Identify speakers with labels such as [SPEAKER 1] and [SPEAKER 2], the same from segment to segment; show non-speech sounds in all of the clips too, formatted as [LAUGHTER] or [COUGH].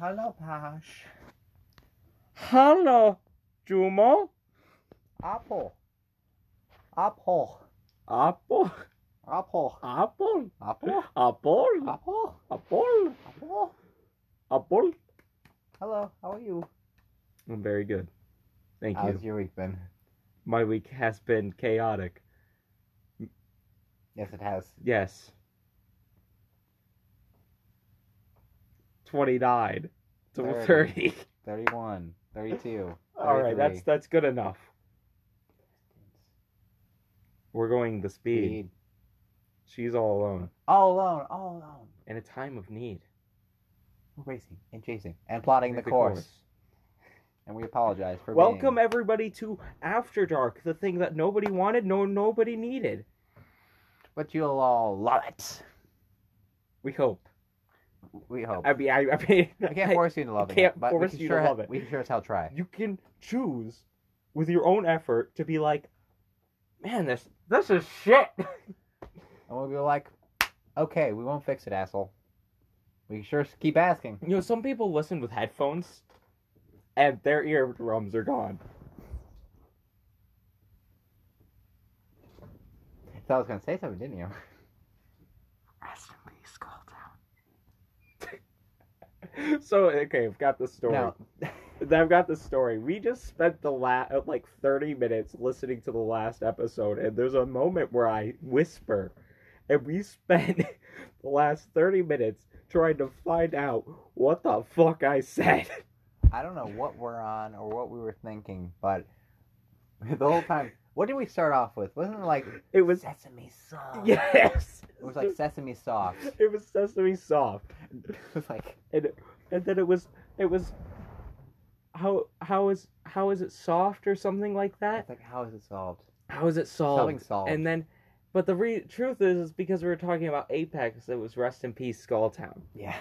[SPEAKER 1] Hello, Pash.
[SPEAKER 2] Hello, Jumo.
[SPEAKER 1] Apple. Apple.
[SPEAKER 2] Apple.
[SPEAKER 1] Apple.
[SPEAKER 2] Apple.
[SPEAKER 1] Apple.
[SPEAKER 2] Apple.
[SPEAKER 1] Apple.
[SPEAKER 2] Apple.
[SPEAKER 1] Apple.
[SPEAKER 2] Apple.
[SPEAKER 1] Hello, how are you?
[SPEAKER 2] I'm very good. Thank you.
[SPEAKER 1] How's your week been?
[SPEAKER 2] My week has been chaotic.
[SPEAKER 1] Yes, it has.
[SPEAKER 2] Yes. 29 to
[SPEAKER 1] Thirty.
[SPEAKER 2] 30.
[SPEAKER 1] 31, 32.
[SPEAKER 2] [LAUGHS] All right, that's that's good enough. We're going the speed.
[SPEAKER 1] Indeed.
[SPEAKER 2] She's all alone
[SPEAKER 1] All alone, all alone.
[SPEAKER 2] in a time of need.
[SPEAKER 1] We're racing and chasing and plotting the,
[SPEAKER 2] Take
[SPEAKER 1] course. And we apologize for
[SPEAKER 2] Welcome
[SPEAKER 1] being...
[SPEAKER 2] everybody to After Dark, the thing that nobody wanted, no nobody needed.
[SPEAKER 1] But you'll all love it.
[SPEAKER 2] We hope.
[SPEAKER 1] We hope.
[SPEAKER 2] I mean, I, I mean,
[SPEAKER 1] we can't
[SPEAKER 2] [LAUGHS] I-
[SPEAKER 1] force you into loving
[SPEAKER 2] can't
[SPEAKER 1] it, but
[SPEAKER 2] force
[SPEAKER 1] we can
[SPEAKER 2] you to
[SPEAKER 1] sure ha-
[SPEAKER 2] love it.
[SPEAKER 1] we can sure as hell try.
[SPEAKER 2] you can choose with your own effort to be like, man, this this is shit.
[SPEAKER 1] And we'll be like, okay, we won't fix it, asshole. We can sure s- keep asking.
[SPEAKER 2] You know, some people listen with headphones, and their eardrums are gone.
[SPEAKER 1] So I was gonna say something, didn't you?
[SPEAKER 2] Rest in peace, Cold Town. [LAUGHS] so okay, I've got the story.
[SPEAKER 1] No.
[SPEAKER 2] [LAUGHS] I've got the story. We just spent the last like thirty minutes listening to the last episode, and there's a moment where I whisper, and we [LAUGHS] spent the last thirty minutes trying to find out what the fuck I said. [LAUGHS]
[SPEAKER 1] I don't know what we're on or what we were thinking, but [LAUGHS] the whole time, what did we start off with? Wasn't it like
[SPEAKER 2] It was
[SPEAKER 1] sesame sauce?
[SPEAKER 2] [LAUGHS] yes.
[SPEAKER 1] It was
[SPEAKER 2] [LAUGHS]
[SPEAKER 1] like sesame sauce.
[SPEAKER 2] It was Sesame Soft,
[SPEAKER 1] [LAUGHS] It was like
[SPEAKER 2] and then it was it was how how is how is it soft or something like that?
[SPEAKER 1] it's like how is it solved?
[SPEAKER 2] How is it solved?
[SPEAKER 1] Solving solved.
[SPEAKER 2] And then, but the re- truth is, is because we were talking about Apex, it was rest in peace, Skull Town.
[SPEAKER 1] [LAUGHS] yeah.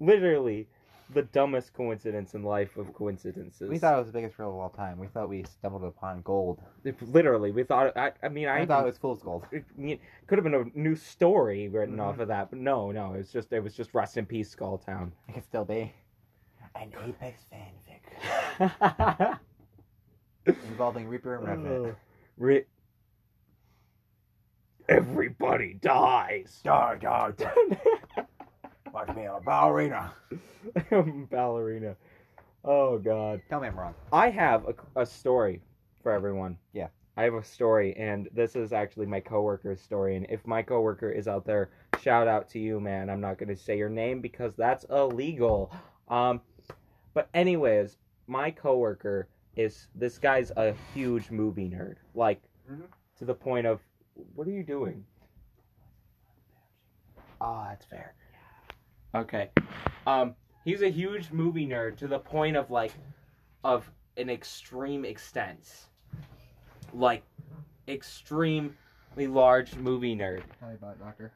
[SPEAKER 2] Literally, the dumbest coincidence in life of coincidences.
[SPEAKER 1] we thought it was the biggest riddle of all time. We thought we stumbled upon gold.
[SPEAKER 2] It- literally, we thought. I, I mean, I,
[SPEAKER 1] I thought it was fool's gold.
[SPEAKER 2] it could have been a new story written
[SPEAKER 1] Mhm.
[SPEAKER 2] off of that, but no, no, it was just it was just rest in peace, Skull
[SPEAKER 1] [LAUGHS]
[SPEAKER 2] Town.
[SPEAKER 1] It could still be an Apex fanfic involving Reaper and Revenant.
[SPEAKER 2] Re- Everybody dies.
[SPEAKER 1] Dar, dar, [LAUGHS] dar. Watch me, a ballerina.
[SPEAKER 2] [LAUGHS] Ballerina. Oh God.
[SPEAKER 1] Tell me I'm wrong.
[SPEAKER 2] I have a, a story for everyone.
[SPEAKER 1] Yeah.
[SPEAKER 2] I have a story, and this is actually my coworker's story. And if my coworker is out there, shout out to you, man. I'm not going to say your name because that's illegal. Um, but anyways, my coworker is this guy's a huge movie nerd, like
[SPEAKER 1] Mhm.
[SPEAKER 2] to the point of, what are you doing? Ah, that's fair. Okay. Um, he's a huge movie nerd to the point of like, of an extreme extent, like extremely large movie nerd.
[SPEAKER 1] Tell me about it, Doctor.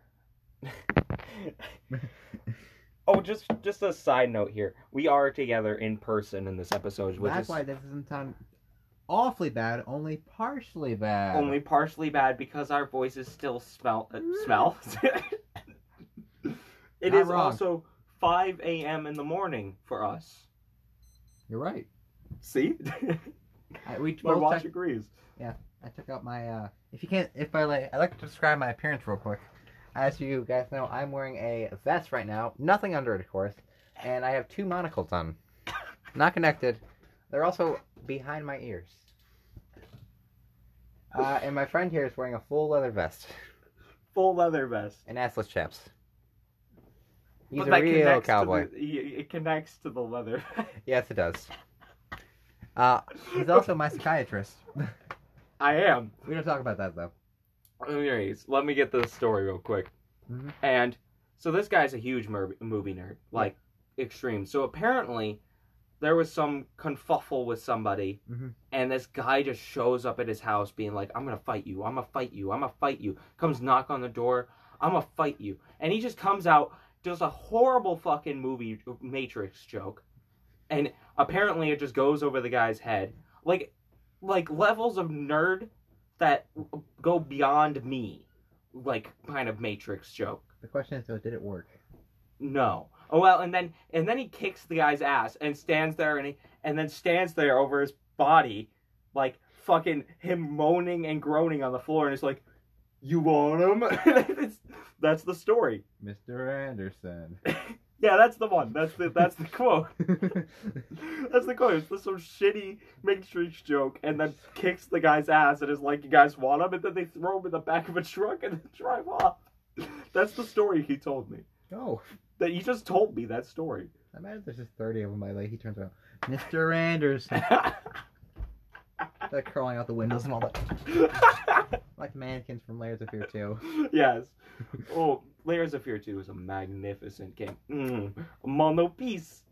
[SPEAKER 2] oh, just just a side note here. We are together in person in this episode, which
[SPEAKER 1] That's
[SPEAKER 2] is
[SPEAKER 1] why this doesn't sound awfully bad, only partially bad.
[SPEAKER 2] only partially bad because our voices still smell. Uh,
[SPEAKER 1] [LAUGHS]
[SPEAKER 2] smell. It
[SPEAKER 1] Mm.
[SPEAKER 2] is
[SPEAKER 1] Not wrong.
[SPEAKER 2] also 5 a.m. in the morning for us.
[SPEAKER 1] You're right.
[SPEAKER 2] [LAUGHS] See,
[SPEAKER 1] I, we
[SPEAKER 2] my
[SPEAKER 1] both
[SPEAKER 2] watch
[SPEAKER 1] checked-
[SPEAKER 2] agrees.
[SPEAKER 1] I took out my. uh If you can't, if I like, I like to describe my appearance real quick. As you guys know, I'm wearing a vest right now, nothing under it, of course, and I have two monocles
[SPEAKER 2] [LAUGHS]
[SPEAKER 1] on, not connected. They're also behind my ears. Uh, and my friend here is wearing a full leather vest
[SPEAKER 2] Full leather vest.
[SPEAKER 1] and assless chaps. He's
[SPEAKER 2] But
[SPEAKER 1] a
[SPEAKER 2] that
[SPEAKER 1] real
[SPEAKER 2] connects to
[SPEAKER 1] cowboy.
[SPEAKER 2] the- it it connects to the leather.
[SPEAKER 1] Yes, it does. [LAUGHS] Uh, he's also my psychiatrist.
[SPEAKER 2] [LAUGHS] I am.
[SPEAKER 1] We don't talk about that though.
[SPEAKER 2] Anyways, let me get the story real quick.
[SPEAKER 1] Mhm.
[SPEAKER 2] And so this guy's a huge mer- movie nerd, like extreme. So apparently, there was some confuffle with somebody,
[SPEAKER 1] Mhm.
[SPEAKER 2] and this guy just shows up at his house being like, "I'm gonna fight you. I'm gonna fight you. I'm gonna fight you." Comes knock on the door. I'm gonna fight you. And he just comes out, does a horrible fucking movie Matrix joke, and apparently it just goes over the guy's head. Like, like levels of nerd that go beyond me. Like kind of Matrix joke.
[SPEAKER 1] The question is though, did it work?
[SPEAKER 2] No. Oh well, and then and then he kicks the guy's ass and stands there and he, and then stands there over his body, like fucking him moaning and groaning on the floor, and it's like, you want him? [LAUGHS] it's, that's the story.
[SPEAKER 1] Mr. Anderson. [LAUGHS]
[SPEAKER 2] Yeah, that's the one. That's the that's the quote. [LAUGHS] That's the quote. It's this some shitty Matrix joke, and then kicks the guy's ass and is like, you guys want him? And then they throw him in the back of a truck and then drive off. [LAUGHS] That's the story he told me.
[SPEAKER 1] oh,
[SPEAKER 2] That he just told me that story. [LAUGHS]
[SPEAKER 1] I imagine there's just 30 of them by like he turns around. Mr. [LAUGHS] Anderson. They're crawling out the windows and all that. Like mannequins from Layers of Fear 2.
[SPEAKER 2] yes. Oh, Layers of Fear 2 is a magnificent game. Mm, mono piece.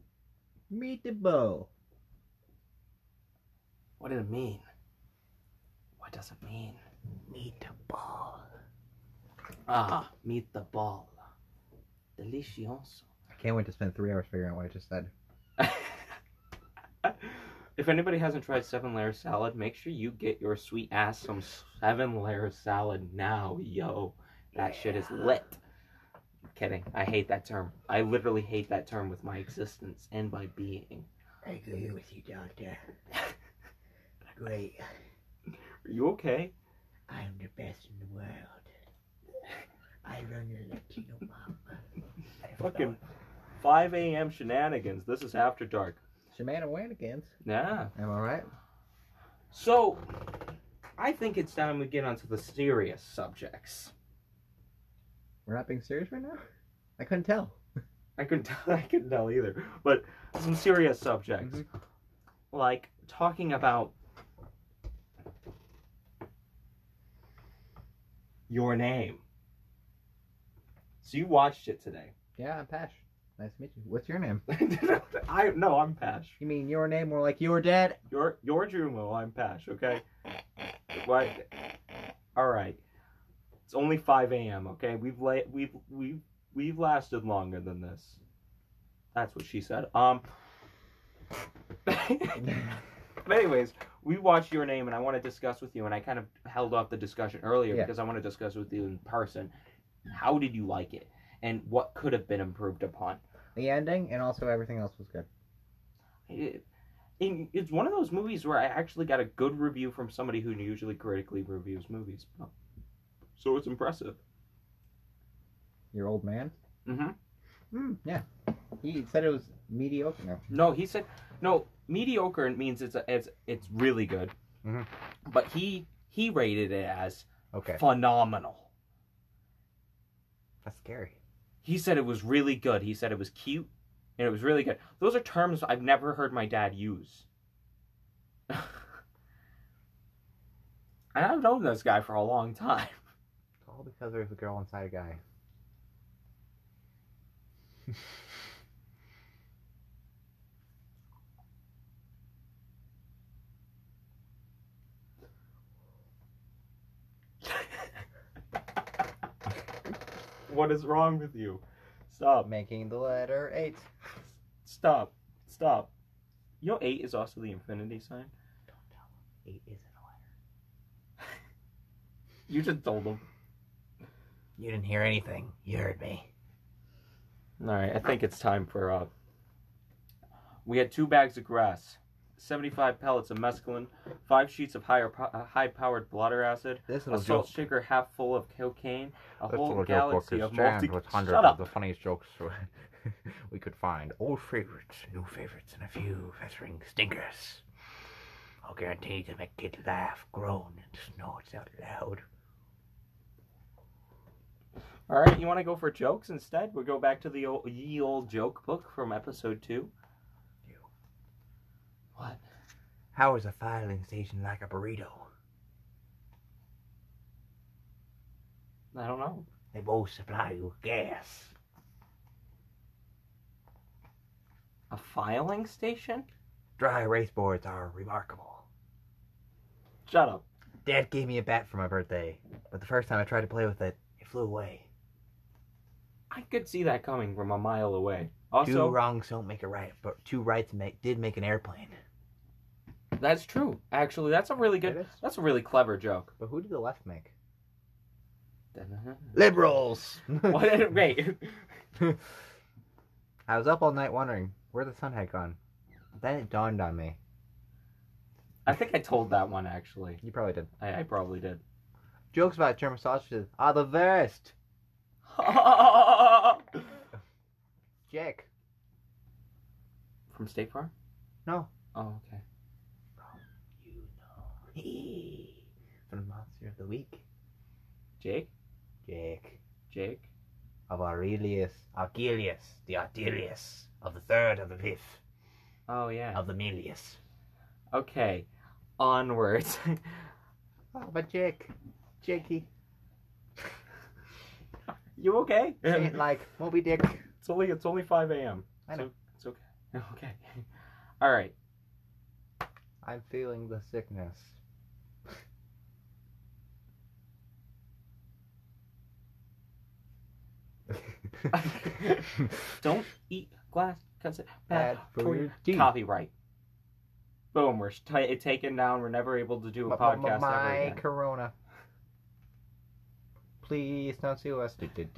[SPEAKER 1] Meet the bow.
[SPEAKER 2] What did it mean? What does it mean?
[SPEAKER 1] Meet the ball.
[SPEAKER 2] Ah, meet the ball. Delicioso.
[SPEAKER 1] I can't wait to spend three hours figuring out what I just said.
[SPEAKER 2] if anybody hasn't tried seven layer salad, make sure you get your sweet ass some seven layer salad now, yo. That shit is lit. Kidding. I hate that term. I literally hate that term with my existence and my being.
[SPEAKER 1] I agree with you, Doctor. [LAUGHS] Great.
[SPEAKER 2] Are you okay?
[SPEAKER 1] I am the best in the world. I run the Latino
[SPEAKER 3] [LAUGHS]
[SPEAKER 1] mob.
[SPEAKER 2] Fucking 5 a.m. shenanigans. This is after dark.
[SPEAKER 1] Shemana Wanigans.
[SPEAKER 2] Yeah.
[SPEAKER 1] Am I right?
[SPEAKER 2] So, I think it's time we get onto the serious subjects.
[SPEAKER 1] We're not being serious right now? I couldn't tell.
[SPEAKER 2] I couldn't tell. [LAUGHS] I couldn't tell either. But some serious subjects, like talking about your name. So you watched it today. [LAUGHS]
[SPEAKER 1] Yeah, I'm Pash. Nice to meet you. What's your name?
[SPEAKER 2] I no, I'm Pash.
[SPEAKER 1] You mean your name more like your [LAUGHS] dad?
[SPEAKER 2] You're you're Jumo. I'm Pash. Okay. What? All right. It's only 5 a.m. Okay. We've la- we've we've we've lasted longer than this. That's what she said. Um. [LAUGHS] But anyways, we watched Your Name, and I want to discuss with you. And I kind of held off the discussion earlier
[SPEAKER 1] Yeah.
[SPEAKER 2] because I want to discuss with you in person. How did you like it, and what could have been improved upon?
[SPEAKER 1] the ending and also everything else was good.
[SPEAKER 2] It, and it's one of those movies where I actually got a good review from somebody who usually critically reviews movies. So it's impressive.
[SPEAKER 1] Your old man?
[SPEAKER 2] hmm
[SPEAKER 1] Hmm. Yeah. He said it was mediocre. No.
[SPEAKER 2] No, he said no. Mediocre means it's a, it's it's really good,
[SPEAKER 1] Mhm.
[SPEAKER 2] but he he rated it as
[SPEAKER 1] Okay.
[SPEAKER 2] phenomenal.
[SPEAKER 1] That's scary.
[SPEAKER 2] he said it was really good. He said it was cute and it was really good. Those are terms I've never heard my dad use. [LAUGHS] and I've known this guy for a long time.
[SPEAKER 1] all because there's a girl inside a guy.
[SPEAKER 2] What is wrong with you?
[SPEAKER 1] [LAUGHS]
[SPEAKER 2] Stop.
[SPEAKER 1] Making the letter eight.
[SPEAKER 2] Stop. Stop. You know, 8 is also the infinity sign.
[SPEAKER 1] Eight isn't a letter.
[SPEAKER 2] You just told him.
[SPEAKER 1] You didn't hear anything. You heard me.
[SPEAKER 2] All right, I think it's time for uh. We had two bags of grass, seventy-five pellets of mescaline, five sheets of higher po- uh, high-powered blotter acid,
[SPEAKER 1] This
[SPEAKER 2] a salt shaker half full of cocaine, a
[SPEAKER 1] This
[SPEAKER 2] whole
[SPEAKER 1] little joke
[SPEAKER 2] galaxy
[SPEAKER 1] book
[SPEAKER 2] of
[SPEAKER 1] is jammed
[SPEAKER 2] multi.
[SPEAKER 1] with hundreds
[SPEAKER 2] Shut
[SPEAKER 1] of
[SPEAKER 2] up!
[SPEAKER 1] the funniest jokes [LAUGHS] we could find. Old favorites, new favorites, and a few veteran stinkers. I'll guarantee to make kid laugh, groan, and snort out loud.
[SPEAKER 2] All right, you want to go for jokes instead? We'll go back to the old, ye old joke book from episode two.
[SPEAKER 1] You.
[SPEAKER 2] What?
[SPEAKER 1] How is a filing station like a burrito?
[SPEAKER 2] I don't know.
[SPEAKER 1] They both supply you with gas.
[SPEAKER 2] A filing station?
[SPEAKER 1] Dry erase boards are remarkable.
[SPEAKER 2] Shut up.
[SPEAKER 1] Dad gave me a bat for my birthday, but the first time I tried to play with it, it flew away.
[SPEAKER 2] I could see that coming from a mile away.
[SPEAKER 3] Two
[SPEAKER 2] Also,
[SPEAKER 3] wrongs don't make a right, but two rights make did make an airplane.
[SPEAKER 2] that's true. Actually, that's a really good.
[SPEAKER 1] It is.
[SPEAKER 2] That's a really
[SPEAKER 1] [LAUGHS]
[SPEAKER 2] clever joke.
[SPEAKER 1] But who did the left make? [LAUGHS]
[SPEAKER 3] Liberals.
[SPEAKER 2] What? [LAUGHS] Wait.
[SPEAKER 1] I was up all night wondering where the sun had gone. Then it dawned on me.
[SPEAKER 2] I think I told that one actually.
[SPEAKER 1] You probably did.
[SPEAKER 2] I, I
[SPEAKER 1] [LAUGHS]
[SPEAKER 2] probably did.
[SPEAKER 1] Jokes about German sausages are the worst. Jake.
[SPEAKER 2] From State Farm?
[SPEAKER 1] No.
[SPEAKER 2] Oh, okay.
[SPEAKER 3] You know.
[SPEAKER 1] For the monster of the week.
[SPEAKER 2] Jake?
[SPEAKER 1] Jake.
[SPEAKER 2] Jake?
[SPEAKER 1] Of Aurelius.
[SPEAKER 3] Archelius, the Artelius, of the third, of the fifth,
[SPEAKER 2] Oh yeah.
[SPEAKER 3] of the Melius.
[SPEAKER 2] Okay. Onwards. [LAUGHS]
[SPEAKER 1] Oh, but Jake. Jakey.
[SPEAKER 2] you okay?
[SPEAKER 1] Sing it
[SPEAKER 2] It's
[SPEAKER 1] like Moby Dick.
[SPEAKER 2] only it's only five AM.
[SPEAKER 1] I know.
[SPEAKER 2] It's o- it's okay. [LAUGHS] Okay. Alright.
[SPEAKER 1] I'm feeling the sickness.
[SPEAKER 2] Don't eat glass because it bad for your
[SPEAKER 1] teeth.
[SPEAKER 2] copyright. Boom, we're t- taken down. We're never able to do
[SPEAKER 1] M-
[SPEAKER 2] a
[SPEAKER 1] m-
[SPEAKER 2] podcast
[SPEAKER 1] my
[SPEAKER 2] ever again.
[SPEAKER 1] corona. Please don't sue us. Did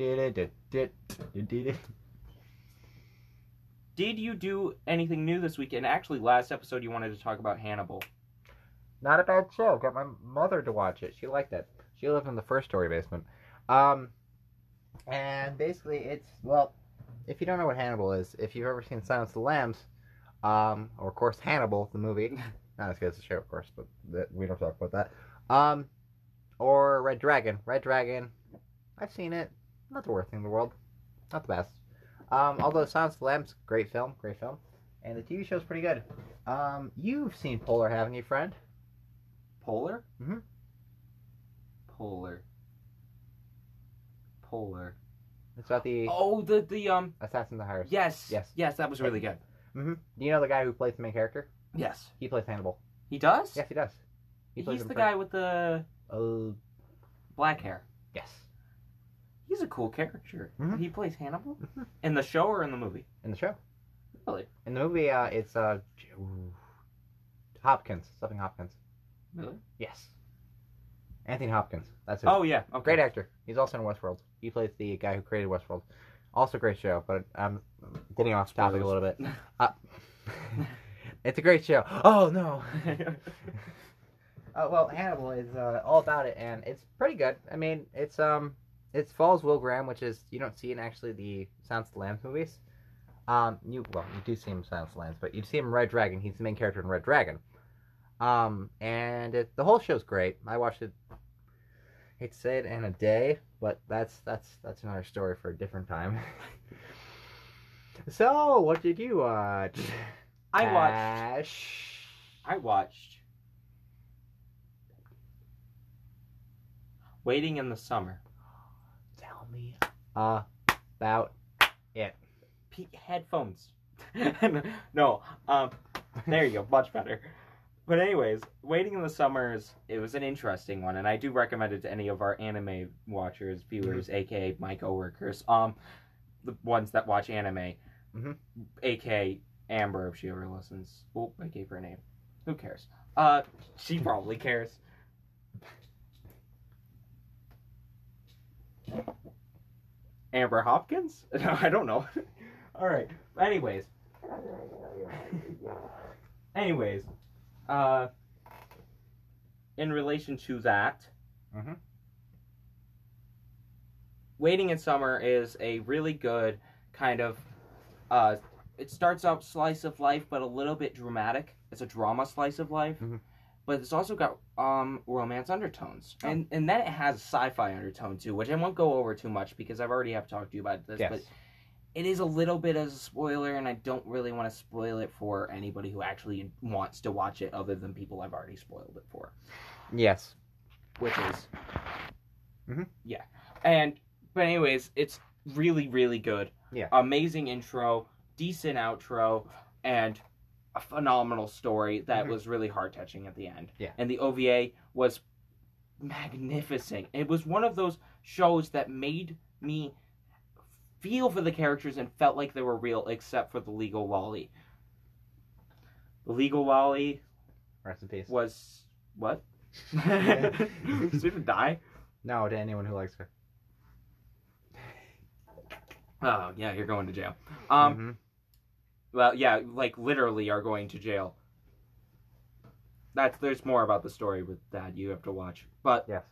[SPEAKER 2] Did you do anything new this weekend? Actually, last episode you wanted to talk about Hannibal.
[SPEAKER 1] Not a bad show. Got my mother to watch it. She liked it. She lived in the first story basement. Um, and basically, it's well, if you don't know what Hannibal is, if you've ever seen Silence of the Lambs, um, or of course Hannibal the movie, [LAUGHS] not as good as the show, of course, but that, we don't talk about that. Um, or Red Dragon. Red Dragon, I've seen it. Not the worst thing in the world. Not the best. Um, although Silence of the Lambs, great film, great film, and the TV show's pretty good. Um, you've seen Polar, haven't you, friend?
[SPEAKER 2] Polar?
[SPEAKER 1] Mhm.
[SPEAKER 2] Polar. Polar.
[SPEAKER 1] It's about the
[SPEAKER 2] Oh, the the um.
[SPEAKER 1] Assassin's that hires.
[SPEAKER 2] Yes.
[SPEAKER 1] Yes.
[SPEAKER 2] Yes, that was really good.
[SPEAKER 1] hmm Do you know the guy who plays the main character?
[SPEAKER 2] Yes.
[SPEAKER 1] He plays Hannibal.
[SPEAKER 2] He does.
[SPEAKER 1] Yes, he does. He plays
[SPEAKER 2] He's
[SPEAKER 1] him
[SPEAKER 2] the
[SPEAKER 1] for-
[SPEAKER 2] guy with the
[SPEAKER 1] Oh,
[SPEAKER 2] black hair.
[SPEAKER 1] yes.
[SPEAKER 2] He's a cool character.
[SPEAKER 1] Mhm.
[SPEAKER 2] He plays Hannibal
[SPEAKER 1] Mm-hmm.
[SPEAKER 2] in the show or in the movie.
[SPEAKER 1] In the show.
[SPEAKER 2] Really?
[SPEAKER 1] In the movie, uh, it's uh, J- Hopkins. Something Hopkins.
[SPEAKER 2] Really?
[SPEAKER 1] Yes. Anthony Hopkins. That's his.
[SPEAKER 2] Oh yeah. Okay.
[SPEAKER 1] Great actor. He's also in Westworld. He plays the guy who created Westworld. Also great show, but I'm getting off topic a little bit. Uh,
[SPEAKER 2] [LAUGHS]
[SPEAKER 1] [LAUGHS] it's a great show. Oh no. [LAUGHS] Uh, well, Hannibal is uh, all about it, and it's pretty good. I mean, it's um, it follows Will Graham, which is you don't see in actually the Silence of the Lambs movies. Um, you well, you do see him in Silence of the Lambs, but you see him in Red Dragon. He's the main character in Red Dragon. Um, and it, the whole show's great. I watched it. Hate to say it in a day, but that's that's that's another story for a different time. [LAUGHS] so, what did you watch? [LAUGHS]
[SPEAKER 2] I watched.
[SPEAKER 1] Ash.
[SPEAKER 2] I watched. Waiting in the summer.
[SPEAKER 1] Tell me about.
[SPEAKER 2] P- headphones. [LAUGHS] no, um, there you go, much better. But anyways, waiting in the summers, it was an interesting one, and I do recommend it to any of our anime watchers, viewers, aka my coworkers, um, the ones that watch anime,
[SPEAKER 1] Mhm.
[SPEAKER 2] aka Amber if she ever listens. Well, I gave her a name. Who cares? Uh, she probably cares. Amber Hopkins? [LAUGHS] No, I don't know. All right. Anyways. Anyways, uh, in relation to that,
[SPEAKER 1] Mhm.
[SPEAKER 2] Waiting in Summer is a really good kind of. Uh, it starts out slice of life, but a little bit dramatic. It's a drama slice of life,
[SPEAKER 1] Mhm.
[SPEAKER 2] but it's also got um, romance undertones, and and then it has sci-fi undertone too, which I won't go over too much because I've already have talked to you about this. But
[SPEAKER 1] Yes.
[SPEAKER 2] it is a little bit as a spoiler, and I don't really want to spoil it for anybody who actually wants to watch it, other than people I've already spoiled it for,
[SPEAKER 1] Yes.
[SPEAKER 2] which is,
[SPEAKER 1] Mhm.
[SPEAKER 2] yeah. And but anyways, it's really really good.
[SPEAKER 1] Yeah.
[SPEAKER 2] amazing intro, decent outro, and a phenomenal story that
[SPEAKER 1] Mhm.
[SPEAKER 2] was really heart touching at the end.
[SPEAKER 1] Yeah.
[SPEAKER 2] and the OVA was magnificent. It was one of those shows that made me feel for the characters and felt like they were real, except for the legal Wally. The legal Wally
[SPEAKER 1] Rest in peace.
[SPEAKER 2] was
[SPEAKER 1] [LAUGHS]
[SPEAKER 2] what? [LAUGHS]
[SPEAKER 1] Yeah.
[SPEAKER 2] Did we even die?
[SPEAKER 1] No, to anyone who likes her.
[SPEAKER 2] Oh yeah, you're going to jail. Um,
[SPEAKER 1] Mhm.
[SPEAKER 2] well yeah, like literally are going to jail. That's there's more about the story with that you have to watch, but
[SPEAKER 1] yes.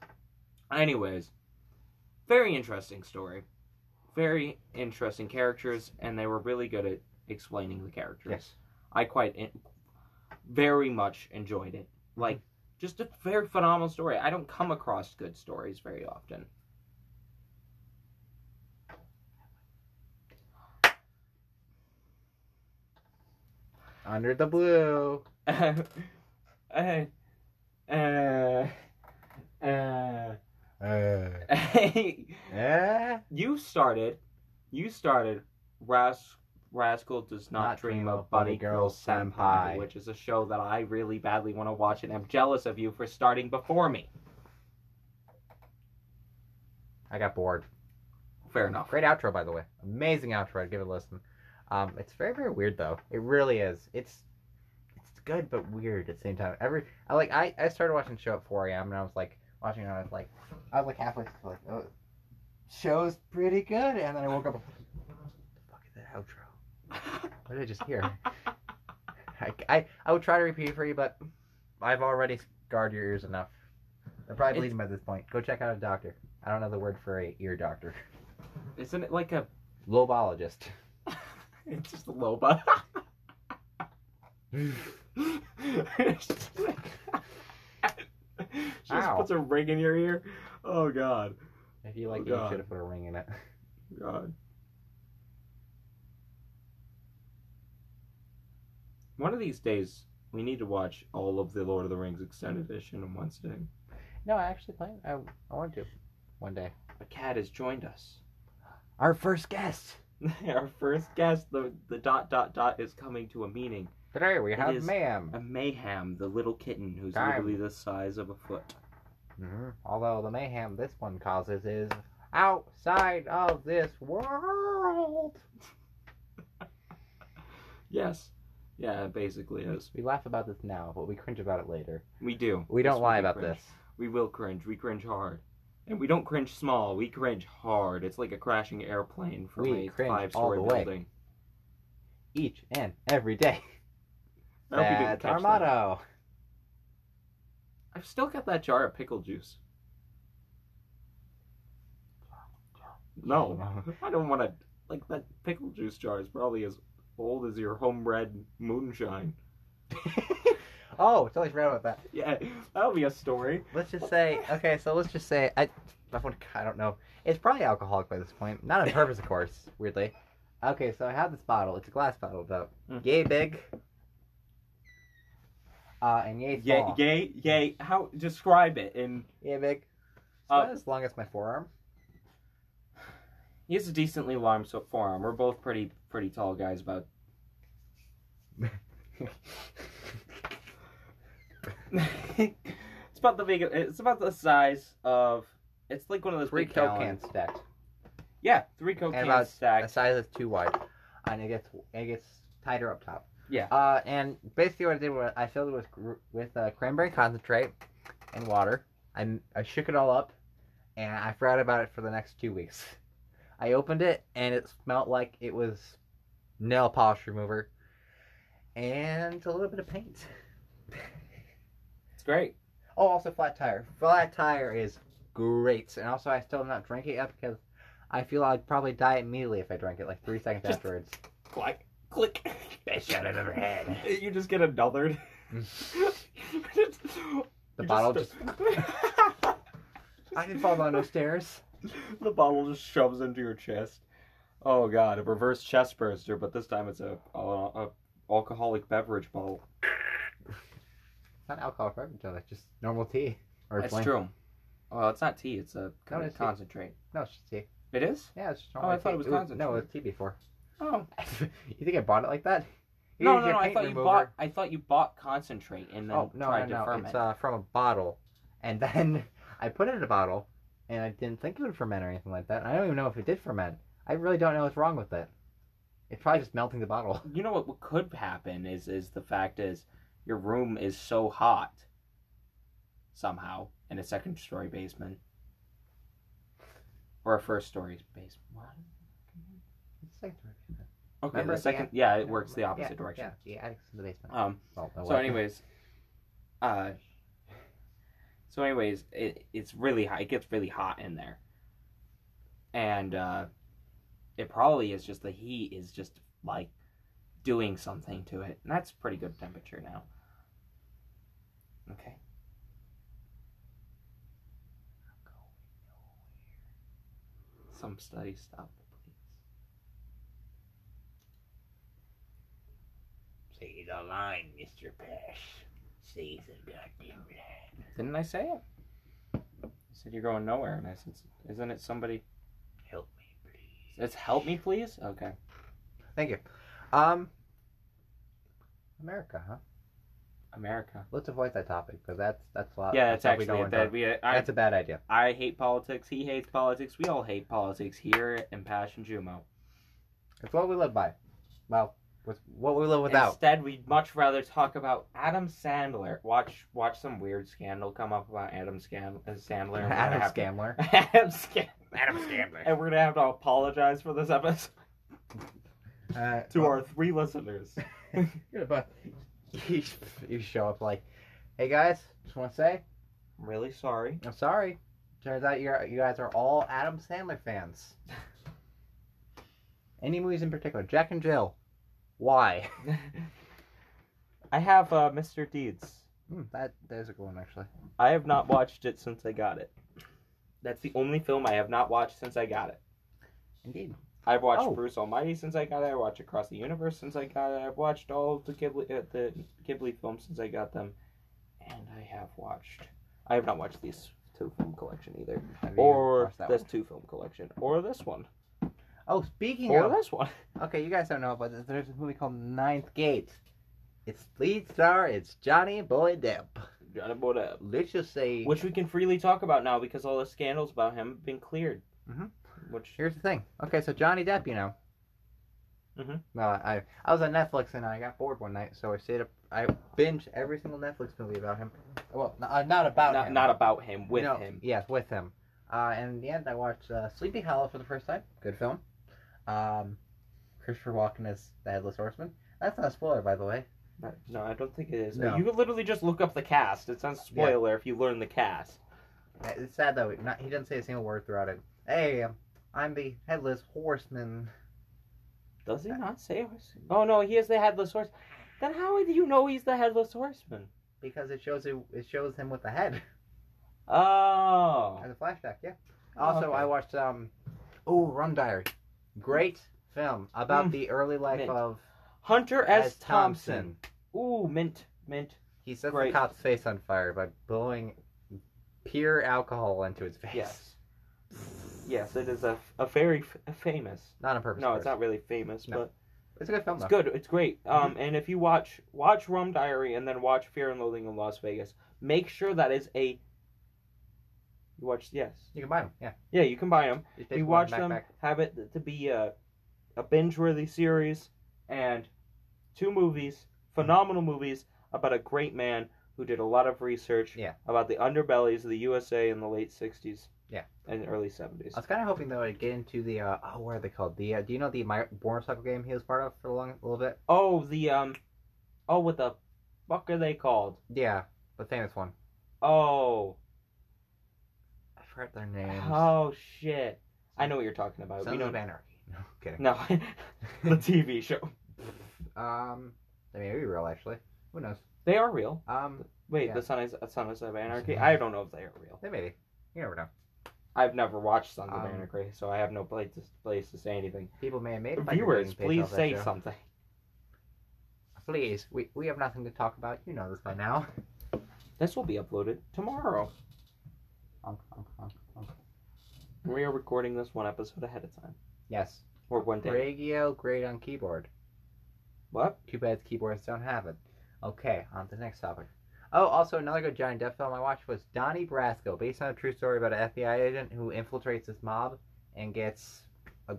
[SPEAKER 2] Anyways, very interesting story. Very interesting characters, and they were really good at explaining the characters.
[SPEAKER 1] Yes.
[SPEAKER 2] I quite en- very much enjoyed it. Like, just a very phenomenal story. I don't come across good stories very often.
[SPEAKER 1] Under the blue.
[SPEAKER 2] [LAUGHS] uh, uh, uh,
[SPEAKER 1] Uh, eh?
[SPEAKER 2] you started. You started. Ras- Rascal does not, dream, of Bunny Girl Senpai, which is a show that I really badly want to watch, and I'm jealous of you for starting before me.
[SPEAKER 1] I got bored.
[SPEAKER 2] Fair enough.
[SPEAKER 1] Great outro, by the way. Amazing outro. I'd give it a listen. Um, it's very, very weird though. It really is. It's it's good but weird at the same time. Every I like I, I started watching the show at four AM and I was like watching it and I was like I was like halfway through like oh show's pretty good and then I woke up what the fuck is that outro? What did I just hear? I, I, I would try to repeat it for you, but I've already scarred your ears enough. They're probably
[SPEAKER 2] It's-
[SPEAKER 1] bleeding by this point. Go check out a doctor. I don't know the word for a ear doctor.
[SPEAKER 2] Isn't it like a.
[SPEAKER 1] Lobologist.
[SPEAKER 2] [LAUGHS] It's just a [LAUGHS] Loba. she just
[SPEAKER 1] Ow.
[SPEAKER 2] puts a ring in your ear. Oh, God.
[SPEAKER 1] If you like,
[SPEAKER 2] Oh,
[SPEAKER 1] you
[SPEAKER 2] God.
[SPEAKER 1] should have put a ring in it. [LAUGHS]
[SPEAKER 2] God. One of these days, we need to watch all of the Lord of the Rings extended edition in one sitting.
[SPEAKER 1] No, I actually plan. I, I want to. One day.
[SPEAKER 2] A cat has joined us.
[SPEAKER 1] Our first guest.
[SPEAKER 2] [LAUGHS] Our first guest, the, the dot dot dot, is coming to a meeting.
[SPEAKER 1] Today we
[SPEAKER 2] It
[SPEAKER 1] have
[SPEAKER 2] is-
[SPEAKER 1] ma'am.
[SPEAKER 2] A mayhem, the little kitten who's
[SPEAKER 1] Time.
[SPEAKER 2] literally the size of a foot.
[SPEAKER 1] Mhm. Although the mayhem this one causes is outside of this world.
[SPEAKER 2] Yes. Yeah, it basically is.
[SPEAKER 1] We laugh about this now, but we cringe about it later.
[SPEAKER 2] We do.
[SPEAKER 1] We
[SPEAKER 2] This
[SPEAKER 1] don't
[SPEAKER 2] will
[SPEAKER 1] lie
[SPEAKER 2] be
[SPEAKER 1] about
[SPEAKER 2] cringe.
[SPEAKER 1] this.
[SPEAKER 2] We will cringe. We cringe hard. And we don't cringe small. We cringe hard. It's like a crashing airplane from
[SPEAKER 1] We
[SPEAKER 2] a
[SPEAKER 1] cringe all
[SPEAKER 2] five story
[SPEAKER 1] the way.
[SPEAKER 2] building.
[SPEAKER 1] Each and every day.
[SPEAKER 2] I hope you didn't
[SPEAKER 1] That's our
[SPEAKER 2] catch that.
[SPEAKER 1] motto. [LAUGHS]
[SPEAKER 2] I've still got that jar of pickle juice. No, [LAUGHS] I don't want to. Like, that pickle juice jar is probably as old as your homebred moonshine.
[SPEAKER 1] Oh, totally forgot about that.
[SPEAKER 2] Yeah, that'll be a story.
[SPEAKER 1] Let's just say, okay, so let's just say, I, I don't- I don't know. It's probably alcoholic by this point. Not
[SPEAKER 2] [LAUGHS]
[SPEAKER 1] on purpose, of course, weirdly. Okay, so I have this bottle. It's a glass bottle, though.
[SPEAKER 2] Mm.
[SPEAKER 1] Yay big. Uh, and yay
[SPEAKER 2] Yay,
[SPEAKER 1] small.
[SPEAKER 2] yay, yay. How. Describe it in.
[SPEAKER 1] Yay big. It's
[SPEAKER 2] Uh,
[SPEAKER 1] not as long as my
[SPEAKER 2] [LAUGHS]
[SPEAKER 1] forearm.
[SPEAKER 2] He has a decently long so forearm. We're both pretty pretty tall guys, about. [LAUGHS] it's about the big. It's about the size of. It's like one of those
[SPEAKER 1] Three
[SPEAKER 2] big
[SPEAKER 1] Coke
[SPEAKER 2] gallons.
[SPEAKER 1] cans stacked.
[SPEAKER 2] Yeah, three coke
[SPEAKER 1] and
[SPEAKER 2] cans
[SPEAKER 1] about a
[SPEAKER 2] stacked.
[SPEAKER 1] size that's too wide, and it gets it gets tighter up top.
[SPEAKER 2] Yeah.
[SPEAKER 1] Uh, and basically what I did was I filled it with gr- with uh, cranberry concentrate and water. I m- I shook it all up, and I forgot about it for the next two weeks. [LAUGHS] I opened it and it smelled like it was nail polish remover and a little bit of paint. [LAUGHS]
[SPEAKER 2] It's great.
[SPEAKER 1] Oh, also flat tire. Flat tire is great, and also I still am not drinking it yet because I feel I'd probably die immediately if I drank it like three seconds
[SPEAKER 2] Just-
[SPEAKER 1] afterwards.
[SPEAKER 2] Click, click. [LAUGHS]
[SPEAKER 3] Best shot I've ever had.
[SPEAKER 2] You just get a dullard.
[SPEAKER 1] The bottle just, [LAUGHS] I didn't fall down no stairs.
[SPEAKER 2] [LAUGHS] the bottle just shoves into your chest. Oh god, a reverse chest burster, but this time it's a, a, a alcoholic beverage bottle.
[SPEAKER 1] It's not alcohol for everyone, it's just normal tea. Or
[SPEAKER 2] That's
[SPEAKER 1] plain-
[SPEAKER 2] true. Well, it's not tea; it's a
[SPEAKER 1] No, it's tea.
[SPEAKER 2] concentrate.
[SPEAKER 1] No, it's just tea.
[SPEAKER 2] It is.
[SPEAKER 1] Yeah, it's just
[SPEAKER 2] Oh, I
[SPEAKER 1] normal
[SPEAKER 2] thought
[SPEAKER 1] tea.
[SPEAKER 2] it was
[SPEAKER 1] No,
[SPEAKER 2] concentrate.
[SPEAKER 1] it was tea before. [LAUGHS]
[SPEAKER 2] Oh
[SPEAKER 1] you think I bought it like that? You
[SPEAKER 2] no,
[SPEAKER 1] need
[SPEAKER 2] no,
[SPEAKER 1] your
[SPEAKER 2] no! I
[SPEAKER 1] paint
[SPEAKER 2] thought you
[SPEAKER 1] remover.
[SPEAKER 2] bought. I thought you bought concentrate and then
[SPEAKER 1] Oh no,
[SPEAKER 2] tried
[SPEAKER 1] no, no!
[SPEAKER 2] to ferment.
[SPEAKER 1] It's uh, from a bottle, and [LAUGHS] then I put it in a bottle, and I didn't think it would ferment or anything like that. I don't even know if it did ferment. I I really don't know what's wrong with it. It's probably just melting the bottle. [LAUGHS]
[SPEAKER 2] You know what what could happen is is the fact is your room is so hot somehow in a second story basement or a first story basement. What?
[SPEAKER 1] It's like-
[SPEAKER 2] Okay,
[SPEAKER 1] Remember
[SPEAKER 2] the
[SPEAKER 1] at the
[SPEAKER 2] second
[SPEAKER 1] end?
[SPEAKER 2] yeah, it works the opposite
[SPEAKER 1] Yeah,
[SPEAKER 2] direction.
[SPEAKER 1] Yeah, the attic's in the basement.
[SPEAKER 2] Um
[SPEAKER 1] Well, oh
[SPEAKER 2] So,
[SPEAKER 1] well.
[SPEAKER 2] anyways, uh, so anyways, it it's really hot. It gets really hot in there, and uh, it probably is just the heat is just like doing something to it, and that's pretty good temperature now. Okay. Some study stuff, please.
[SPEAKER 3] Say the line, Mr. Pesh. Say the goddamn line.
[SPEAKER 2] Didn't I say it? You said you're going nowhere, and I said, "Isn't it somebody?"
[SPEAKER 3] Help me, please.
[SPEAKER 2] It's help me, please. Okay.
[SPEAKER 1] Thank you. Um, America, huh?
[SPEAKER 2] America.
[SPEAKER 1] Let's avoid that topic because that's that's a
[SPEAKER 3] Uh,
[SPEAKER 1] lot.
[SPEAKER 2] Yeah, that's
[SPEAKER 1] probably
[SPEAKER 2] actually
[SPEAKER 1] going
[SPEAKER 2] that.
[SPEAKER 1] to-
[SPEAKER 2] We, uh, I,
[SPEAKER 1] that's a bad idea.
[SPEAKER 2] I hate politics. He hates politics. We all hate politics here in Passion Jumo.
[SPEAKER 1] It's what we live by. Well, with what we live without.
[SPEAKER 2] Instead, we'd much rather talk about Adam Sandler. Watch, watch some weird scandal come up about Adam Scan- uh, Sandler. and we're
[SPEAKER 1] Adam
[SPEAKER 2] gonna have-
[SPEAKER 1] Scamler.
[SPEAKER 2] [LAUGHS] Adam Scan-
[SPEAKER 3] Adam Sandler.
[SPEAKER 2] And we're gonna have to apologize for this episode
[SPEAKER 1] Uh,
[SPEAKER 2] to our three listeners.
[SPEAKER 1] [LAUGHS] you're about- you [LAUGHS] you show up like, hey guys, just want to say
[SPEAKER 2] I'm really sorry.
[SPEAKER 1] I'm sorry. Turns out you you guys are all Adam Sandler fans. Any movies in particular? Jack and Jill. Why? [LAUGHS]
[SPEAKER 2] [LAUGHS] I have uh, Mr. Deeds.
[SPEAKER 1] Hmm, that there's a good one actually.
[SPEAKER 2] I have not watched it since I got it. That's the only film I have not watched since I got it.
[SPEAKER 1] Indeed.
[SPEAKER 2] I've watched
[SPEAKER 1] Oh.
[SPEAKER 2] Bruce Almighty since I got it. I watched Across the Universe since I got it. I've watched all of the Ghibli uh, the Ghibli films since I got them, and I have watched. I have not watched these two film collection either,
[SPEAKER 1] Have you
[SPEAKER 2] or
[SPEAKER 1] watched that
[SPEAKER 2] this
[SPEAKER 1] one?
[SPEAKER 2] two film collection, or this one,
[SPEAKER 1] Oh, speaking
[SPEAKER 2] or
[SPEAKER 1] of,
[SPEAKER 2] this one. [LAUGHS]
[SPEAKER 1] okay, you guys don't know, but there's this movie called Ninth Gate. Its lead star is Johnny Boy Depp.
[SPEAKER 2] Johnny Boy Depp,
[SPEAKER 1] Let's just say
[SPEAKER 2] Which we can freely talk about now because all the scandals about him have been cleared.
[SPEAKER 1] Mhm.
[SPEAKER 2] Which
[SPEAKER 1] Here's the thing. Okay, so Johnny Depp, you know.
[SPEAKER 2] Mhm.
[SPEAKER 1] No, I I was on Netflix and I got bored one night, so I stayed up. I binged every single Netflix movie about him. Well, n- uh, not about
[SPEAKER 2] not,
[SPEAKER 1] him.
[SPEAKER 2] not about him, with
[SPEAKER 1] No,
[SPEAKER 2] him.
[SPEAKER 1] Yes, with him. Uh, and in the end, I watched uh, Sleepy Hollow for the first time. Good film. Um, Christopher Walken as the Headless Horseman. That's not a spoiler, by the way.
[SPEAKER 2] Not- No, I don't think it is.
[SPEAKER 1] No.
[SPEAKER 2] You could literally just look up the cast. It's not a spoiler if you learn the cast.
[SPEAKER 1] Uh, It's sad though. Not, he doesn't say a single word throughout it. Hey, um, I'm the Headless Horseman.
[SPEAKER 2] Does
[SPEAKER 1] Uh,
[SPEAKER 2] he not say horse? Oh no, he is the headless horse. Then how do you know he's the headless horseman?
[SPEAKER 1] Because it shows you, it shows him with the head
[SPEAKER 2] Oh,
[SPEAKER 1] as a flashback. Yeah. Also,
[SPEAKER 2] Okay.
[SPEAKER 1] I watched um, oh Rum Diary, great film about
[SPEAKER 2] Mm.
[SPEAKER 1] the early life
[SPEAKER 2] Mint.
[SPEAKER 1] of
[SPEAKER 2] Hunter S.
[SPEAKER 1] S.
[SPEAKER 2] Thompson. Ooh, mint, mint.
[SPEAKER 1] He sets
[SPEAKER 2] Great.
[SPEAKER 1] the cop's face on fire by blowing pure alcohol into his face.
[SPEAKER 2] Yes, yes, it is a, a very f- a famous.
[SPEAKER 1] Not on purpose.
[SPEAKER 2] No, it's
[SPEAKER 1] Chris.
[SPEAKER 2] not really famous,
[SPEAKER 1] No,
[SPEAKER 2] but
[SPEAKER 1] It's a good film
[SPEAKER 2] it's
[SPEAKER 1] though.
[SPEAKER 2] good. It's great.
[SPEAKER 1] Mm-hmm.
[SPEAKER 2] Um, and if you watch watch Rum Diary and then watch Fear and Loathing in Las Vegas, make sure that is a. You watch yes,
[SPEAKER 1] You can buy them. Yeah.
[SPEAKER 2] yeah, you can buy them.
[SPEAKER 1] Just
[SPEAKER 2] we
[SPEAKER 1] basically
[SPEAKER 2] watch
[SPEAKER 1] back-
[SPEAKER 2] them
[SPEAKER 1] back-
[SPEAKER 2] have it to be a, a binge-worthy series and two movies phenomenal movies about a great man who did a lot of research
[SPEAKER 1] Yeah.
[SPEAKER 2] about the underbellies of the usa in the late 60s
[SPEAKER 1] Yeah.
[SPEAKER 2] and early 70s
[SPEAKER 1] I was kind of hoping though to get into the uh, oh, what are they called? The uh, do you know the my motorcycle game he was part of for a long, a little bit?
[SPEAKER 2] oh the um oh what the fuck are they called
[SPEAKER 1] Yeah, the famous one.
[SPEAKER 2] oh
[SPEAKER 1] I forgot their names.
[SPEAKER 2] oh shit i know what you're talking about
[SPEAKER 1] Sons
[SPEAKER 2] Uh, we know
[SPEAKER 1] of Anarchy. [LAUGHS] No kidding.
[SPEAKER 2] no [LAUGHS]
[SPEAKER 1] [LAUGHS]
[SPEAKER 2] the tv show
[SPEAKER 1] um, they may be real actually. Who knows?
[SPEAKER 2] they are real
[SPEAKER 1] Um,
[SPEAKER 2] wait
[SPEAKER 1] Yeah.
[SPEAKER 2] the son is son is of anarchy i don't know if they are real
[SPEAKER 1] they may be. You never know.
[SPEAKER 2] I've never watched Sons of
[SPEAKER 1] Um,
[SPEAKER 2] Anarchy, so I have no place to, place to say anything.
[SPEAKER 1] People may have made it by
[SPEAKER 2] Viewers,
[SPEAKER 1] getting paid
[SPEAKER 2] please
[SPEAKER 1] off that
[SPEAKER 2] say
[SPEAKER 1] show.
[SPEAKER 2] something.
[SPEAKER 1] Please, we we have nothing to talk about. You know this by
[SPEAKER 2] [LAUGHS]
[SPEAKER 1] now.
[SPEAKER 2] This will be uploaded tomorrow. We are recording this one episode ahead of time,
[SPEAKER 1] Yes.
[SPEAKER 2] or one day.
[SPEAKER 1] Regio great on keyboard.
[SPEAKER 2] What?
[SPEAKER 1] Too bad keyboards don't have it. Okay, on to the next topic. Oh, also another good Johnny Depp film I watched was Donnie Brasco, based on a true story about an FBI agent who infiltrates this mob and gets a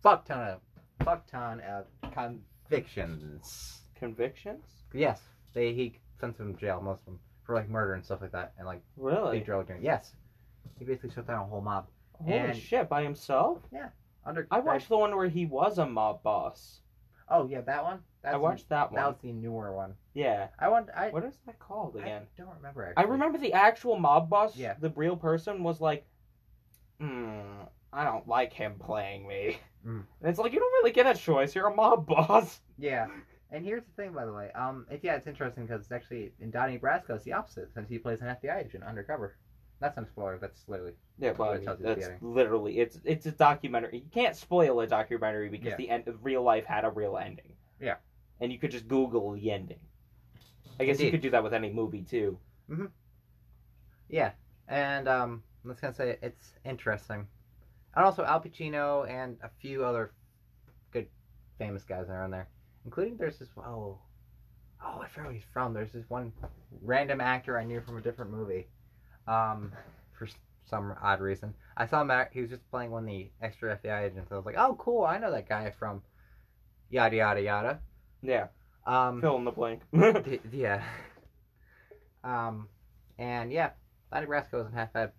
[SPEAKER 1] fuck ton of fuck ton of convictions.
[SPEAKER 2] Convictions?
[SPEAKER 1] Yes, they he sent them to jail, most of them for like murder and stuff like that, and like big
[SPEAKER 2] Really?
[SPEAKER 1] drug dealing. Yes, he basically shut down a whole mob
[SPEAKER 2] Holy
[SPEAKER 1] And-
[SPEAKER 2] shit! By himself?
[SPEAKER 1] under.
[SPEAKER 2] I watched the one where he was a mob boss.
[SPEAKER 1] Oh yeah, that one. That's
[SPEAKER 2] I watched
[SPEAKER 1] That
[SPEAKER 2] that one.
[SPEAKER 1] was the newer one.
[SPEAKER 2] Yeah.
[SPEAKER 1] I want. I,
[SPEAKER 2] What is that called
[SPEAKER 1] I
[SPEAKER 2] again?
[SPEAKER 1] don't remember.
[SPEAKER 2] I
[SPEAKER 1] Actually.
[SPEAKER 2] remember the actual mob boss.
[SPEAKER 1] Yeah.
[SPEAKER 2] The real person was like, hmm, I don't like him playing me.
[SPEAKER 1] Mm.
[SPEAKER 2] And it's like you don't really get a choice. You're a mob [LAUGHS] boss.
[SPEAKER 1] Yeah. And here's the thing, by the way. Um, it, yeah, it's interesting because it's actually in Donnie Brasco, it's the opposite since he plays an FBI agent undercover. That's not a spoiler. That's literally
[SPEAKER 2] Yeah,
[SPEAKER 1] what
[SPEAKER 2] well, I
[SPEAKER 1] it
[SPEAKER 2] mean,
[SPEAKER 1] tells you at the
[SPEAKER 2] that's
[SPEAKER 1] beginning.
[SPEAKER 2] literally it's it's a documentary. You can't spoil a documentary because
[SPEAKER 1] Yeah.
[SPEAKER 2] the end of real life had a real ending.
[SPEAKER 1] Yeah.
[SPEAKER 2] And you could just Google the ending. I guess you
[SPEAKER 1] Indeed.
[SPEAKER 2] could do that with any movie too.
[SPEAKER 1] Yeah, and um, I was gonna say it's interesting, and also Al Pacino and a few other good famous guys are on there, including there's this oh, oh I forgot where he's from. There's this one random actor I knew from a different movie, um, for s- some odd reason. I saw him at, he was just playing one of the extra FBI agents. I was like, oh cool, I know that guy from yada yada yada.
[SPEAKER 2] Yeah.
[SPEAKER 1] Um,
[SPEAKER 2] Fill in the blank. [LAUGHS]
[SPEAKER 1] D- yeah. [LAUGHS] Um, and yeah, Donnie Brasco isn't half bad.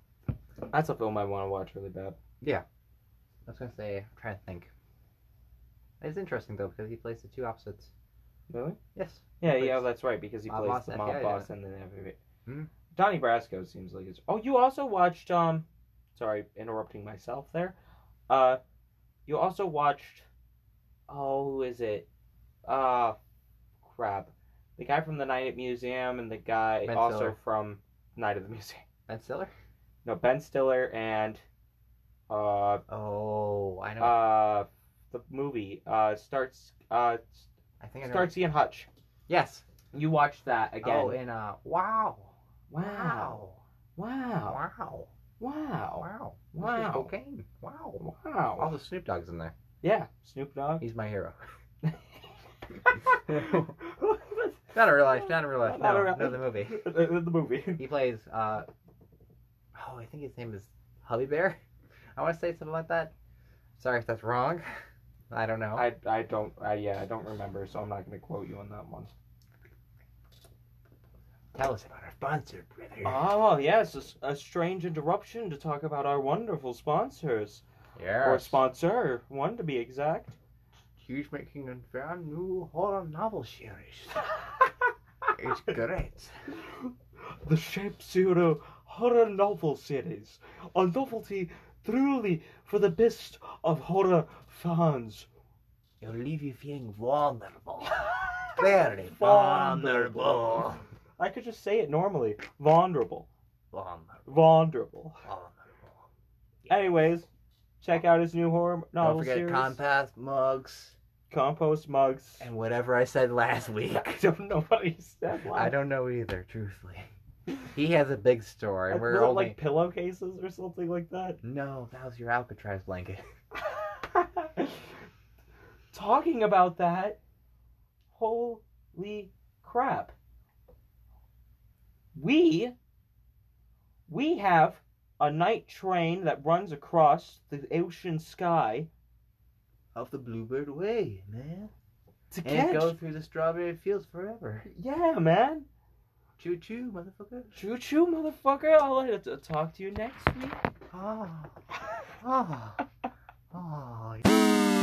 [SPEAKER 2] that's a film I want to watch really bad.
[SPEAKER 1] I was gonna say, I'm trying to think. It's interesting though because he plays the two opposites.
[SPEAKER 2] Really?
[SPEAKER 1] Yes.
[SPEAKER 2] Yeah,
[SPEAKER 1] plays
[SPEAKER 2] yeah, that's right because he
[SPEAKER 1] mob
[SPEAKER 2] plays
[SPEAKER 1] boss
[SPEAKER 2] the
[SPEAKER 1] and
[SPEAKER 2] mob
[SPEAKER 1] FBI
[SPEAKER 2] boss and then every.
[SPEAKER 1] Hmm.
[SPEAKER 2] Donnie Brasco seems like it's. Oh, you also watched um, sorry, interrupting myself there. Uh, you also watched. Oh, who is it? Uh, crap. The guy from the Night at Museum and the guy
[SPEAKER 1] Ben
[SPEAKER 2] also
[SPEAKER 1] Stiller.
[SPEAKER 2] from Night at the Museum. [LAUGHS]
[SPEAKER 1] Ben Stiller.
[SPEAKER 2] No, Ben Stiller and uh
[SPEAKER 1] Oh, I know.
[SPEAKER 2] uh the movie uh starts uh
[SPEAKER 1] I think I know.
[SPEAKER 2] starts Ian Hutch.
[SPEAKER 1] Yes.
[SPEAKER 2] You watched that again?
[SPEAKER 1] Oh, and uh, wow.
[SPEAKER 2] Wow. Wow.
[SPEAKER 1] Wow.
[SPEAKER 2] Wow.
[SPEAKER 1] Wow. This was
[SPEAKER 2] Wow.
[SPEAKER 1] Cocaine. Wow. All
[SPEAKER 2] Wow.
[SPEAKER 1] the Snoop Dogg's in there.
[SPEAKER 2] Yeah, Snoop Dogg. [LAUGHS]
[SPEAKER 1] He's my [LAUGHS] hero.
[SPEAKER 2] Not
[SPEAKER 1] Not in real life. Not in real life.
[SPEAKER 2] Not
[SPEAKER 1] No,
[SPEAKER 2] around-
[SPEAKER 1] no, the movie.
[SPEAKER 2] [LAUGHS] the, the movie. [LAUGHS]
[SPEAKER 1] He plays. uh Oh, I think his name is Hubby Bear. [LAUGHS] I want to say something like that. Sorry if that's wrong. [LAUGHS] I don't know.
[SPEAKER 2] I, I don't I, yeah I don't remember so I'm not gonna quote you on that one.
[SPEAKER 1] Tell us about our sponsor, brother.
[SPEAKER 2] Oh yes, a s- a, strange interruption to talk about our wonderful sponsors
[SPEAKER 1] yeah.
[SPEAKER 2] or sponsor one to be exact.
[SPEAKER 1] He's making a brand new horror novel series. [LAUGHS] It's great.
[SPEAKER 2] the Shape Zero horror novel series, a novelty truly for the best of horror [LAUGHS] fans.
[SPEAKER 1] It'll leave you feeling vulnerable. Very vulnerable.
[SPEAKER 2] Vulnerable. I could just say it normally. Vulnerable.
[SPEAKER 1] Vulnerable.
[SPEAKER 2] Vulnerable.
[SPEAKER 1] vulnerable.
[SPEAKER 2] Anyways, check out his new horror novel
[SPEAKER 1] Don't forget
[SPEAKER 2] series.
[SPEAKER 1] compass, mugs,
[SPEAKER 2] Compost mugs.
[SPEAKER 1] and whatever I said last week.
[SPEAKER 2] [LAUGHS] I don't know what he said.
[SPEAKER 1] I don't know either, truthfully. He has a big store, and
[SPEAKER 2] We're
[SPEAKER 1] we're only.
[SPEAKER 2] like pillowcases or something like that. [LAUGHS]
[SPEAKER 1] No, that was your Alcatraz blanket.
[SPEAKER 2] Talking about that, holy crap. We we have a night train that runs across the ocean sky
[SPEAKER 1] Of the Bluebird Way, man.
[SPEAKER 2] to
[SPEAKER 1] And
[SPEAKER 2] catch.
[SPEAKER 1] it goes through the strawberry fields forever.
[SPEAKER 2] Yeah, man.
[SPEAKER 1] Choo choo, motherfucker.
[SPEAKER 2] Choo choo, motherfucker. I'll have to talk to you next week.
[SPEAKER 1] Ah. Ah. Ah.